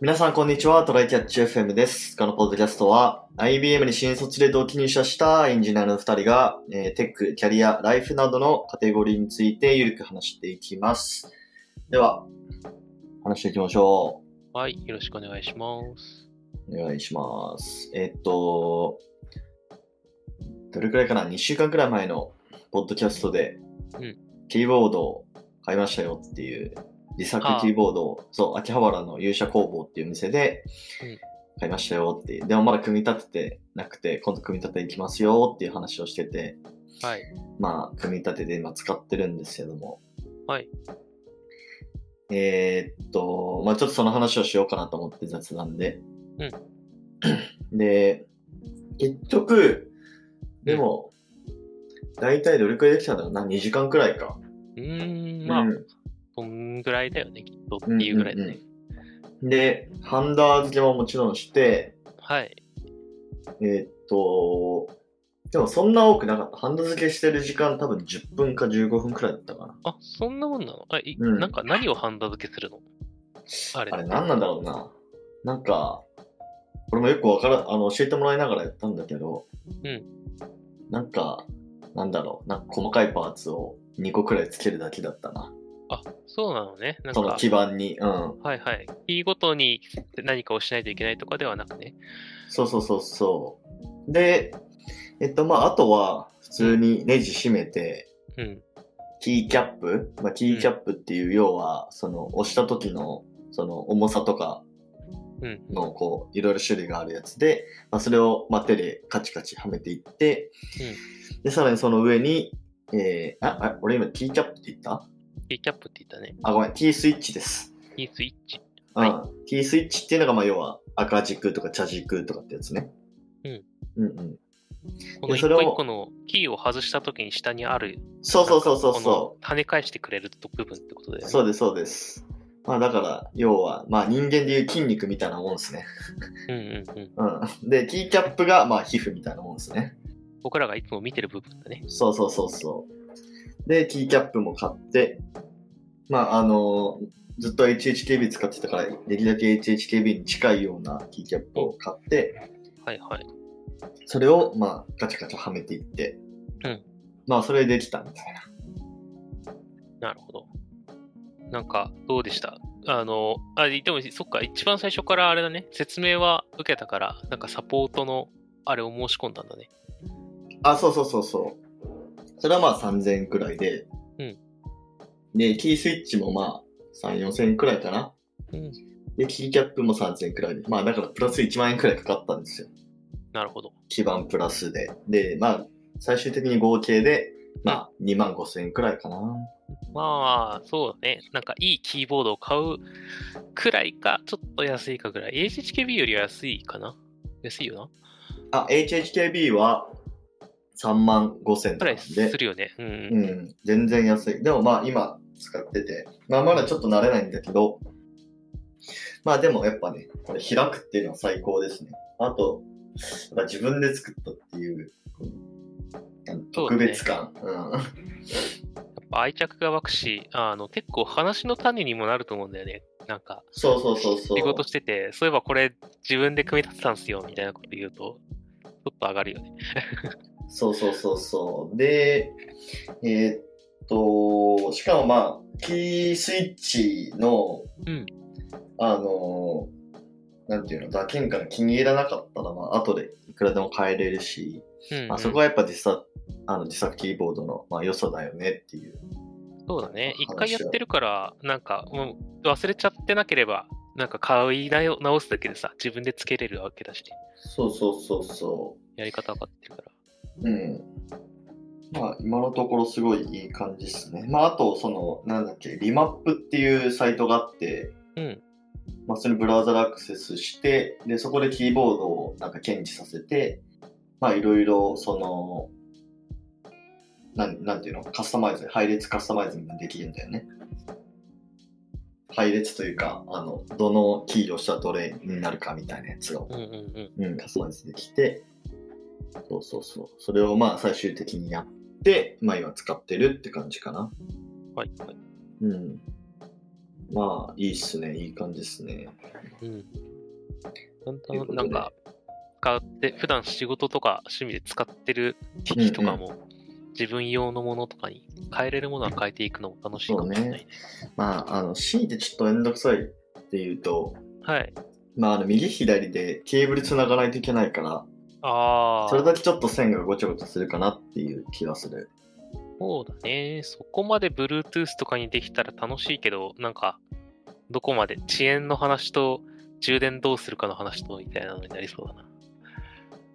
皆さん、こんにちは。トライキャッチ FM です。このポッドキャストは、IBM に新卒で同期入社したエンジニアの2人が、えーテック、キャリア、ライフなどのカテゴリーについてゆるく話していきます。では、話していきましょう。はい、よろしくお願いします。お願いします。えっと、どれくらいかな ?2 週間くらい前のポッドキャストで、うんキーボードを買いましたよっていう、自作ああキーボードを、そう、秋葉原の勇者工房っていう店でうん買いましたよっていう、でもまだ組み立ててなくて、今度組み立ていきますよっていう話をしてて、はい。まあ、組み立てで今使ってるんですけども。はい。えーっと、まあちょっとその話をしようかなと思って雑談で。 で、結局、でも、大体どれくらいできたんだろうな ?2 時間くらいか。うーん、まあ、うんそんぐらいだよね、きっとっていうぐらいだね。うんうんで、ハンダ付けももちろんして、はい。えーっと、でもそんな多くなかった。ハンダ付けしてる時間多分10分か15分くらいだったかな。あ、そんなもんなのあ、いうんなんか何をハンダ付けするのあれあれ何なんだろうな。なんか、これもよくわからあの、教えてもらいながらやったんだけど、うんなんか、なんだろう。なんか細かいパーツを2個くらいつけるだけだったな。あ、そうなのね。なんそのか、基盤に。うん。はいはい。キーごとに何かをしないといけないとかではなくね。そうそうそうそう。で、えっと、まあ、あとは、普通にネジ閉めて、うん。キーキャップ、まあ、キーキャップっていう、要は、その、押した時の、その、重さとかうん。の、こう、いろいろ種類があるやつで、まあ、それを、まあ、手でカチカチはめていって、で、さらにその上に、えー、あ、あ俺今、キーキャップって言ったキーキャップって言ったね。あ、ごめん、キースイッチです。キースイッチ。うん。はキースイッチっていうのが、まあ、要は、赤軸とか茶軸とかってやつね。うん。うんうん。このいや一それを個一個のキーを外したときに下にある、そうそうそうそうなそんかう。この跳ね返してくれる部分ってことだよね。そうです、そうです。まあだから、要は、まあ人間でいう筋肉みたいなもんですね。うんうんうん。うん。で、キーキャップが、まあ皮膚みたいなもんですね。僕らがいつも見てる部分だね。そうそうそうそう。で、キーキャップも買って、まああのずっと HHKB 使ってたから、できるだけ HHKB に近いようなキーキャップを買って、はいはい。それを、まあ、ガチャガチャはめていって、うん。まあ、それできたみたいな。なるほど。なんか、どうでしたあの、あ、でも、そっか、一番最初からあれだね、説明は受けたから、なんかサポートの、あれを申し込んだんだね。あ、そうそうそうそう。それはまあ3000円くらいで、うん。で、キースイッチもまあ3、4000円くらいかな。うん。で、キーキャップも3000円くらいで。まあ、だからプラス1万円くらいかかったんですよ。なるほど。基盤プラスで。で、まあ、最終的に合計で、まあ、2万5000円くらいかな。まあ、そうだね。なんか、いいキーボードを買うくらいか、ちょっと安いかぐらい。HHKB よりは安いかな安いよあ、HHKB は3万5000円なくらい、なんでするよね。うんうん。うん、全然安い。でもまあ、今使ってて、まあ、まだちょっと慣れないんだけど、まあ、でもやっぱね、これ開くっていうのは最高ですね。あと、やっぱ自分で作ったっていう、この特別感。うん。やっぱ愛着が湧くし、あの、結構話の種にもなると思うんだよね。なんか、そうそうそうそう。仕事してて、そういえばこれ自分で組み立てたんすよみたいなこと言うと、ちょっと上がるよね。そうそうそうそう。で、えーっと、しかもまあ、キースイッチの、うんあの、なんていうの、打鍵から気に入らなかったら、まあ、後でいくらでも変えれるし、うん、まあ、そこははやっぱ自作、あの自作キーボードの、まあ、良さだよねっていう。そうだね。話一は回やってるから、なんか、もう忘れちゃってなければ、なんか買いなよ直すだけでさ、自分でつけれるわけだしね、そうそうそうそやり方分かってるから。う。うん。まあ、今のところすごいいい感じですね。まあ、あと、その、なんだっけ、リマップっていうサイトがあって、うん。まあ、それにブラウザでアクセスして、で、そこでキーボードをなんか検知させて、まあ、いろいろ、その、なん、なんていうのカスタマイズ、配列カスタマイズみたいなのできるんだよね。配列というか、あの、どのキーをしたらどれになるかみたいなやつを、うんうんうん。うん、カスタマイズできて、そうそうそう。それをまあ、最終的にやって、まあ、今使ってるって感じかな。はいはい。うん。まあ、いいっすね。いい感じっすね。うん。というこだとんだんでなんか、使って、普段仕事とか趣味で使ってる機器とかも、自分用のものとかに変えれるものは変えていくのも楽しいかもしれないね。まあ、あの、強いてちょっとめんどくさいっていうと、はい。まあ、あの右左でケーブル繋がないといけないから、ああ、それだけちょっと線がごちゃごちゃするかなっていう気がする。そうだね。そこまで Bluetooth とかにできたら楽しいけど、なんか、どこまで遅延の話と充電どうするかの話とみたいなのになりそうだな。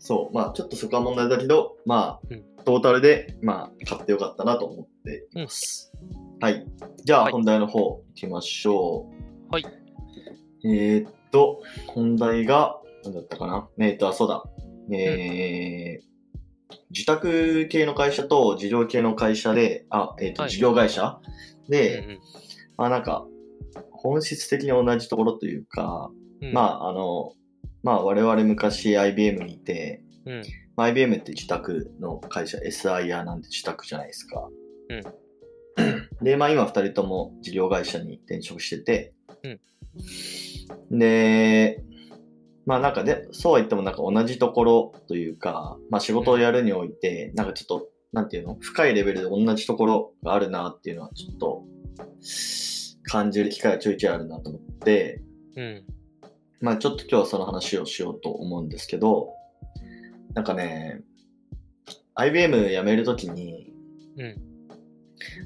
そう、まあ、ちょっとそこは問題だけど、まあ、うんトータルで、まあ、買ってよかったなと思っています。はい。じゃあ、はい本題の方、行きましょう。はい。えー、っと、本題が、何だったかなえーっと、あそうだ。えー受託系の会社と事業系の会社で、あ、えーっと、はい事業会社うで、んまあなんか、本質的に同じところというか、うん。まあ、ああの、まあ我々昔 IBM にいて、うん。まあ IBM って自宅の会社 SIR なんて自宅じゃないですか。 で、まあ今2人とも事業会社に転職してて、で、まあなんかで、そうは言ってもなんか同じところというか、まあ仕事をやるにおいて、なんかちょっと、なんていうの深いレベルで同じところがあるなっていうのはちょっと感じる機会がちょいちょいあるなと思って、うん。まあちょっと今日はその話をしようと思うんですけど、なんかね、IBM 辞めるときに、うん。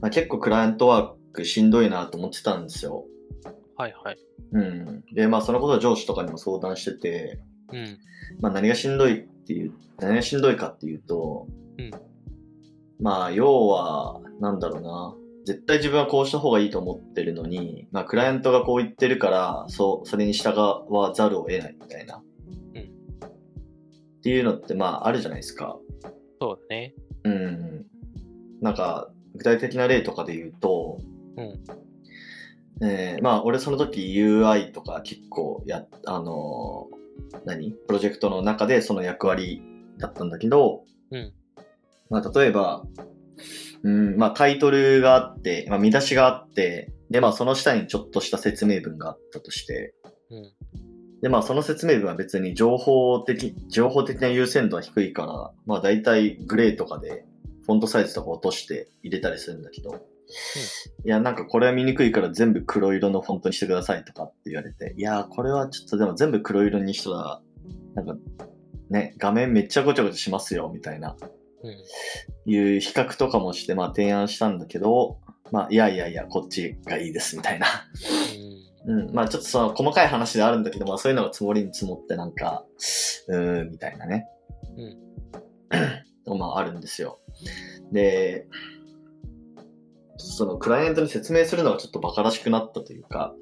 まあ、結構クライアントワークしんどいなと思ってたんですよ。はいはい。うん。で、まあそのことは上司とかにも相談してて、うん。まあ何がしんどいっていう、何がしんどいかっていうと、うんまあ要は、なんだろうな、絶対自分はこうした方がいいと思ってるのに、まあクライアントがこう言ってるから、そう、それに従わざるを得ないみたいな。うんっていうのってまああるじゃないですか。そうだね。うん。なんか、具体的な例とかで言うと、うんえーまあ、俺その時 UI とか結構やっ、あのー何プロジェクトの中でその役割だったんだけど、うんまあ、例えば、うん、まあ、タイトルがあって、まあ、見出しがあって、で、まあ、その下にちょっとした説明文があったとして、うん。で、まあ、その説明文は別に情報的、情報的な優先度は低いから、まあ、大体グレーとかで、フォントサイズとか落として入れたりするんだけど、いや、なんかこれは見にくいから全部黒色のフォントにしてくださいとかって言われて、いやー、これはちょっとでも全部黒色にしたら、なんか、ね、画面めっちゃごちゃごちゃしますよ、みたいな、うん。いう比較とかもして、まあ、提案したんだけど、まあ、いやいやいや、こっちがいいです、みたいな。うん、まあちょっとその細かい話ではあるんだけど、まあそういうのが積もりに積もってなんか、うーん、みたいなね。 うん。まああるんですよ。で、そのクライアントに説明するのがちょっと馬鹿らしくなったというか、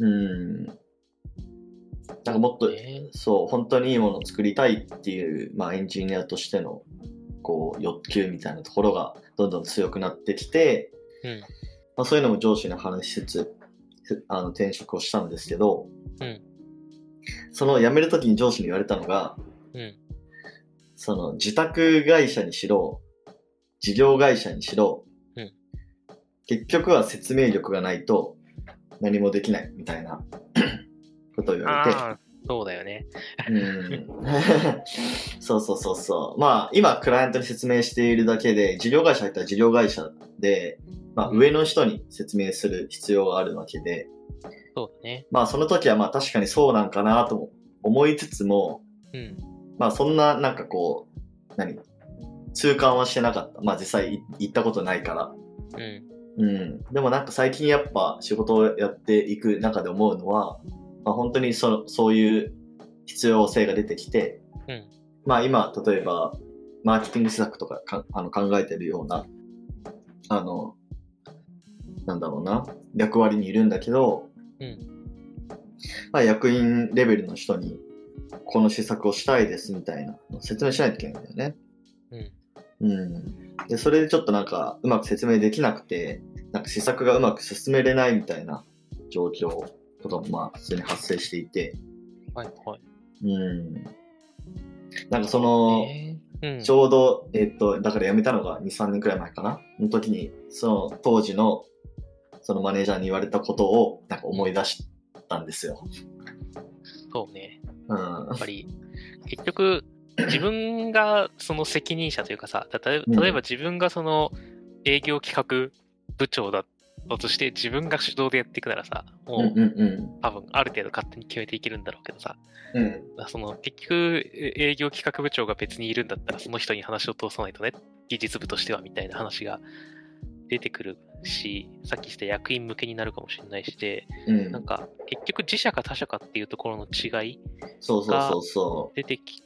うん。うん。うん。なんかもっと、ねそう、本当にいいものを作りたいっていう、まあエンジニアとしての、こう、欲求みたいなところがどんどん強くなってきて、うん。まあ、そういうのも上司に話しつつつあの転職をしたんですけど、うんその辞めるときに上司に言われたのがうん。その自宅会社にしろ事業会社にしろ、うん結局は説明力がないと何もできないみたいなことを言われて。ああ、そうだよね。うん、 そうそうそうそう。まあ、今、クライアントに説明しているだけで、事業会社だったら事業会社で、まあ、上の人に説明する必要があるわけで、そうだね。まあ、その時はまあ、確かにそうなんかなとも思いつつも、うん。まあ、そんな、なんかこう、何痛感はしてなかった。まあ、実際い行ったことないから。うん。うん。でもなんか最近やっぱ仕事をやっていく中で思うのは、まあ、本当にそのそういう必要性が出てきて、うんまあ今、例えば、マーケティング施策とかかあの考えてるような、あの、なんだろうな、役割にいるんだけど、うんまあ役員レベルの人に、この施策をしたいですみたいなのを説明しないといけないんだよね。うん。うん、でそれでちょっとなんかうまく説明できなくてなんか施策がうまく進めれないみたいな状況とかもまあ普通に発生していて、はいはい。うん、なんかその、ねうんちょうど、えっとだから辞めたのが23年くらい前かなの時にその当時のそのマネージャーに言われたことをなんか思い出したんですよ。そうね。うんやっぱり、結局、自分がその責任者というかさ、たとえうん例えば自分がその営業企画部長だったとして、自分が主導でやっていくならさ、もうう、んうん多分ある程度勝手に決めていけるんだろうけどさ、うんうんその結局え営業企画部長が別にいるんだったらその人に話を通さないとね、技術部としてはみたいな話が出てくるし、さっきした役員向けになるかもしれないしで、うんなんか結局自社か他社かっていうところの違いそうそうそうそ出てき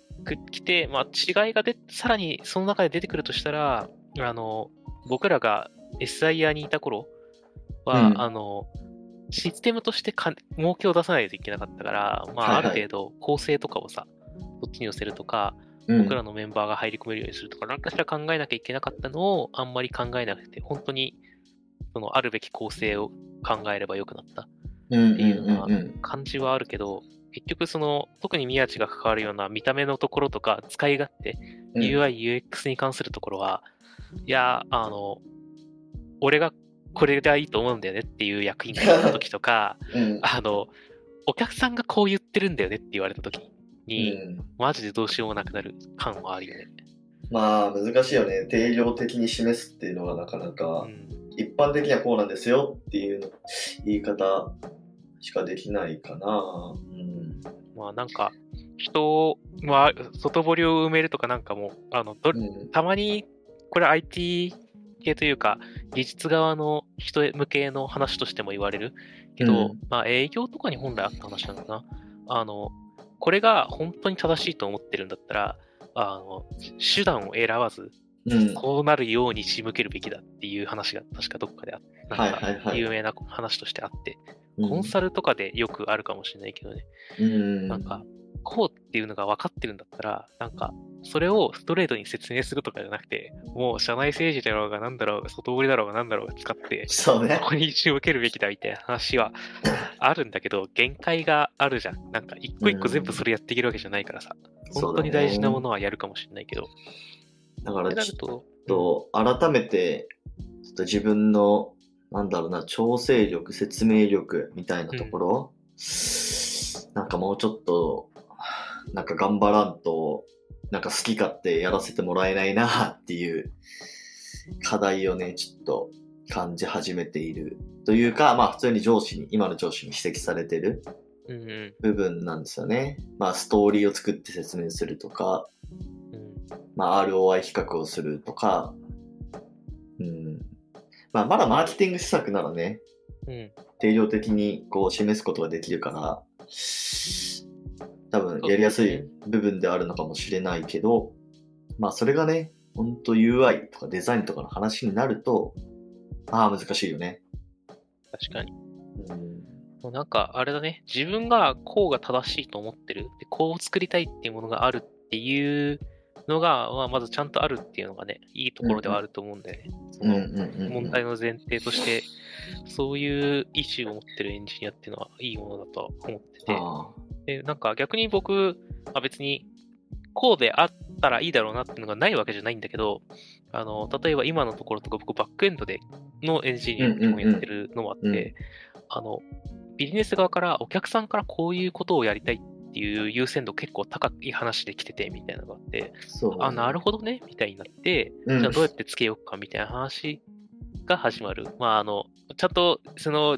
きて、まあ、違いがでさらにその中で出てくるとしたらあの僕らが SIR にいた頃は、うんあのシステムとしてか儲けを出さないといけなかったから、まあ、はあいはいる程度構成とかをさどっちに寄せるとかう。うん僕らのメンバーが入り込めるようにするとか何かしら考えなきゃいけなかったのをあんまり考えなくて本当にそのあるべき構成を考えればよくなったうんっていうのはうんうん感じはあるけど、結局その、特に宮地が関わるような見た目のところとか、使い勝手、うん UI、UX に関するところは、いや、あの、俺がこれがいいと思うんだよねっていう役員が言った時と か、うんあの、お客さんがこう言ってるんだよねって言われた時に、うんマジでどうしようもなくなる感はあるよね。まあ難しいよね定量的に示すっていうのがなかなか、うん一般的にはこうなんですよっていうの言い方しかできないかなうんまあなんか、人を、まあ、外堀を埋めるとかなんかもう、あの、どうんたまにこれ IT 系というか技術側の人向けの話としても言われるけど、うんまあ営業とかに本来あった話なのかなあのこれが本当に正しいと思ってるんだったらあの手段を選ばずうんこうなるように仕向けるべきだっていう話が確かどっかであってはいなんかはいはい有名な話としてあって、うんコンサルとかでよくあるかもしれないけどねうんなんか、こうっていうのが分かってるんだったら、なんか、それをストレートに説明するとかじゃなくて、もう社内政治だろうがなんだろうが、外堀だろうがなんだろうが使って、そうねここに一周受けるべきだみたいな話はあるんだけど、限界があるじゃん。なんか、一個一個全部それやっていけるわけじゃないからさ、本当に大事なものはやるかもしれないけど、だかっらてなちると、ょっと改めてちょっと自分のなんだろうな調整力説明力みたいなところ、なんかもうちょっとなんか頑張らんとなんか好き勝手やらせてもらえないなっていう課題をねちょっと感じ始めているというかまあ普通に上司に今の上司に指摘されてるうんう部分なんですよねまあストーリーを作って説明するとかんうん、まあ、ROI 比較をするとか、うん。まあ、まだマーケティング施策ならね、うん、定量的にこう示すことができるから、多分やりやすい部分ではあるのかもしれないけど、まあ、それがね、ほんと UI とかデザインとかの話になると、まあ、難しいよね。確かに。うん。もうなんか、あれだね、自分がこうが正しいと思ってる、でこう作りたいっていうものがあるっていうのが、まあ、まずちゃんとあるっていうのがね、いいところではあると思うんだよね。そうんうのんうんうん。問題の前提として、そういう意思を持ってるエンジニアっていうのはいいものだと思ってて。あで、なんか逆に僕、あ別に、こうであったらいいだろうなっていうのがないわけじゃないんだけど、あの、例えば今のところとか僕バックエンドでのエンジニアもやってるのもあって、うんうんうんあの、ビジネス側からお客さんからこういうことをやりたいっていう優先度結構高い話で来ててみたいなのがあって、あ、そう、あ、なるほほどね、みたいになって、ど。うんじゃあどうやってつけようかみたいな話が始まる。まあ、あの、ちゃんとその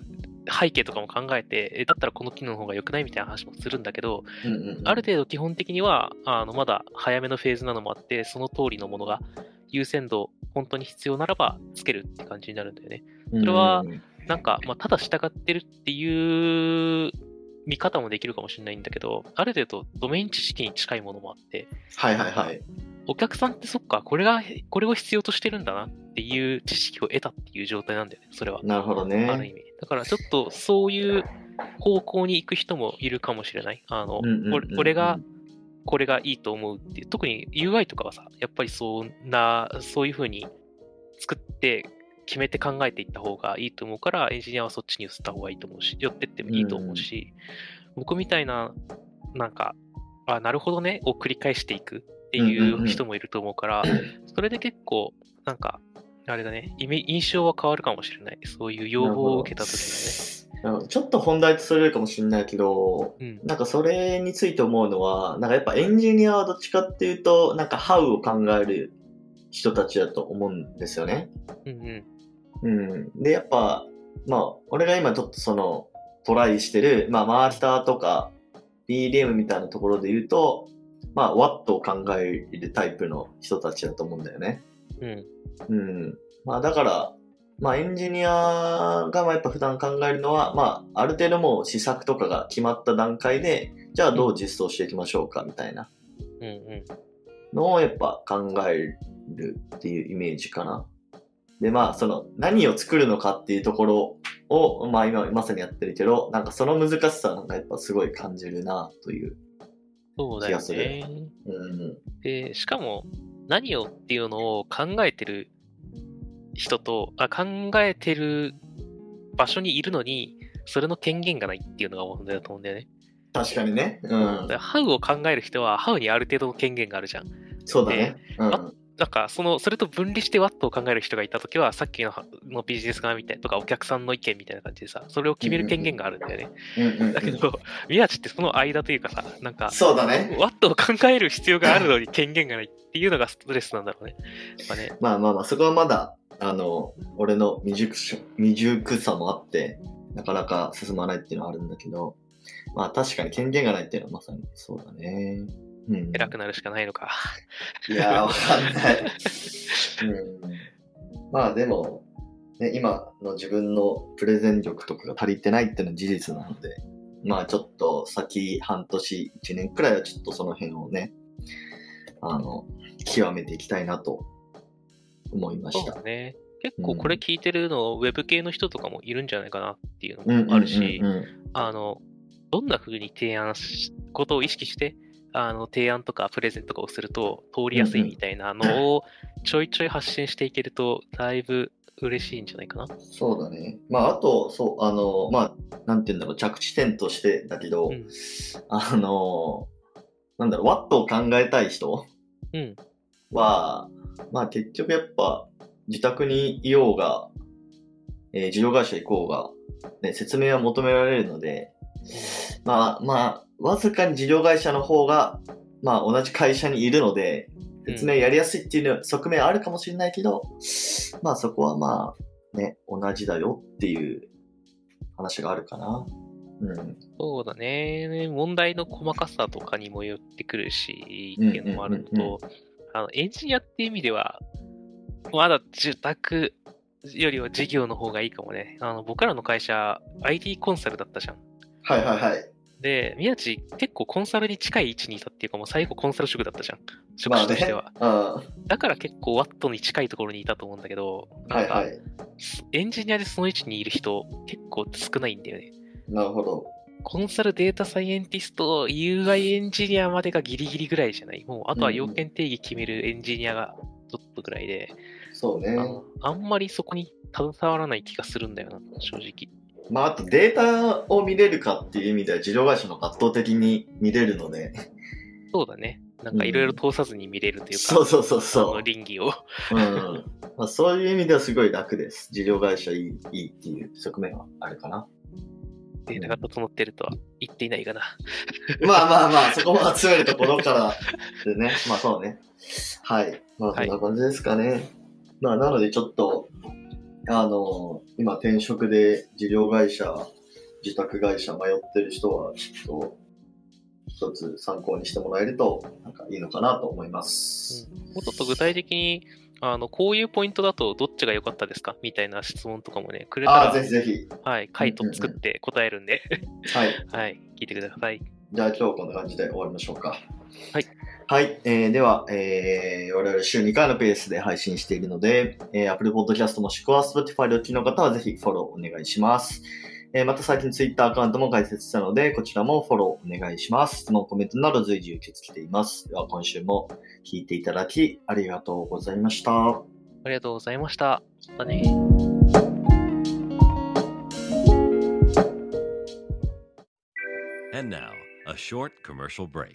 背景とかも考えて、えだったらこの機能の方が良くないみたいな話もするんだけど、うんうんうんある程度基本的には、あの、まだ早めのフェーズなのもあって、その通りのものが優先度、本当に必要ならばつけるって感じになるんだよね。それはうんなんか、まあ、ただ従ってるっていう見方もできるかもしれないんだけど、ある程度ドメイン知識に近いものもあって、はいはいはい。お客さんってそっか、これが、これを必要としてるんだなっていう知識を得たっていう状態なんだよね、それは。なるほどあるね。意味。だからちょっとそういう方向に行く人もいるかもしれない。あの、うんうんうんうん俺俺がこれがいいと思うっていう、特に UI とかはさ、やっぱりそんな、そういう風に作って、決めて考えていった方がいいと思うから、エンジニアはそっちに移った方がいいと思うし、寄ってってもいいと思うし、僕みたいな、なんか、あ、なるほどね、を繰り返していくっていんうんううんう人もいると思うから、それで結構、なんか、あれだね、イメ印象は変わるかもしれない。そういう要望を受けた時のなるほどちょっと本題とそれるかもしれないけど、ね。なんかそれについて思うのは、なんかやっぱエンジニアはどっちかっていうと、なんかハウを考える人たちだと思うんですよね。うん。うんうん。うん。で、やっぱ、まあ、俺が今ちょっとその、トライしてる、まあ、マーケターとか、BDM みたいなところで言うと、まあ、Watt を考えるタイプの人たちだと思うんだよね。うん。うん。まあだから、まあエンジニアがまあやっぱ普段考えるのは、まあある程度もう施策とかが決まった段階で、じゃあどう実装していきましょうかみたいなうんうのをやっぱ考えるっていうイメージかな。でまあその何を作るのかっていうところを、まあ今まさにやってるけど、なんかその難しさなんかやっぱすごい感じるなという。ん。そうだ気よがするね。うん。で、しかも、何をっていうのを考えてる人と、あ考えてる場所にいるのに、それの権限がないっていうのが問題だと思うんだよね。確かにね。うん。だからハウを考える人は、ハウにある程度の権限があるじゃん。そうだね。うん。あだから、その、それと分離してワットを考える人がいたときは、さっきののビジネス側みたいとか、お客さんの意見みたいな感じでさ、それを決める権限があるんだよね。うんうんうんだけど、宮地ってその間というかさ、なんか、そうだね。ワットを考える必要があるのに権限がないっていうのがストレスなんだろうね。やっぱね、まあまあまあ、そこはまだ、あの、俺の未熟し未熟さもあって、なかなか進まないっていうのはあるんだけど、まあ確かに権限がないっていうのはまさにそうだね。うん。偉くなるしかないのか。いやー、わかん ない。うん。まあでも、ね、今の自分のプレゼン力とかが足りてないっていうのは事実なので、まあちょっと先半年、1年くらいはちょっとその辺をね、あの、極めていきたいなと思いまそしうた。だね。結構これ聞いてるの、ウェブ系の人とかもいるんじゃないかなっていううんうんうんうのんもあるし、あの、どんな風に提案し、ことを意識して、あの、提案とかプレゼントとかをすると通りやすいみたいなのをちょいちょい発信していけると、だいぶ嬉しいんじゃないかな。そうだね。まあ、あと、そう、あの、まあ、なんて言うんだろう、着地点としてだけど、うんあの、なんだろう、ワットを考えたい人うん。は、まあ、結局やっぱ、自宅にいようが、えー事業会社行こうが、ね、説明は求められるので、まあ、まあ、わずかに事業会社の方が、まあ、同じ会社にいるので、説明やりやすいっていう側面はあるかもしれないけど、まあそこはまあね、同じだよっていう話があるかな。うん。そうだね。問題の細かさとかにもよってくるし、っていうのもあるのうんうんうんうと、あのエンジニアっていう意味では、まだ住宅よりは事業の方がいいかもね。あの僕らの会社、IT コンサルだったじゃん。はいはいはい。で、宮地、結構コンサルに近い位置にいたっていうか、もう最後コンサル職だったじゃん。職まあ種とねしては。。うん。だから結構ワットに近いところにいたと思うんだけど、はなんいかはい。エンジニアでその位置にいる人、結構少ないんだよね。なるほど。コンサルデータサイエンティスト、UI エンジニアまでがギリギリぐらいじゃないもう、あとは要件定義決めるエンジニアがちょっとぐらいで、そうあね。のあんまりそこに携わらない気がするんだよな、正直。まああとデータを見れるかっていう意味では事業会社の方が圧倒的に見れるので。そうだね。なんかいろいろ通さずに見れるというか、そうそうそうあそのう。倫理を。うん。まあそういう意味ではすごい楽です。事業会社いいいいっていう側面はあるかな。データが整ってるとは言っていないかな。まあまあまあ、そこも集めるところからでね。まあそうね。はい。まあそはんいな感じですかね。まあなのでちょっと、あの今転職で事業会社、自宅会社迷ってる人は、ちょっと、一つ参考にしてもらえると、なんかいいのかなと思います。もっと具体的に、あの、こういうポイントだとどっちが良かったですかみたいな質問とかもね、くれあたあ、ぜらひ、ぜはい、回答作って答えるんで、 ひ。はい。はい、聞いてください。じゃあ今日はこんな感じで終わりましょうか。はい。はい。えーでは、えー我々週2回のペースで配信しているので、えー Apple Podcast もしくは Spotify でお聞きの方はぜひフォローお願いします。えーまた最近 Twitter アカウントも開設したので、こちらもフォローお願いします。質問、コメントなど随時受け付けています。では今週も聞いていただきありがとうございました。ありがとうございました。またね。 And now, a short commercial break.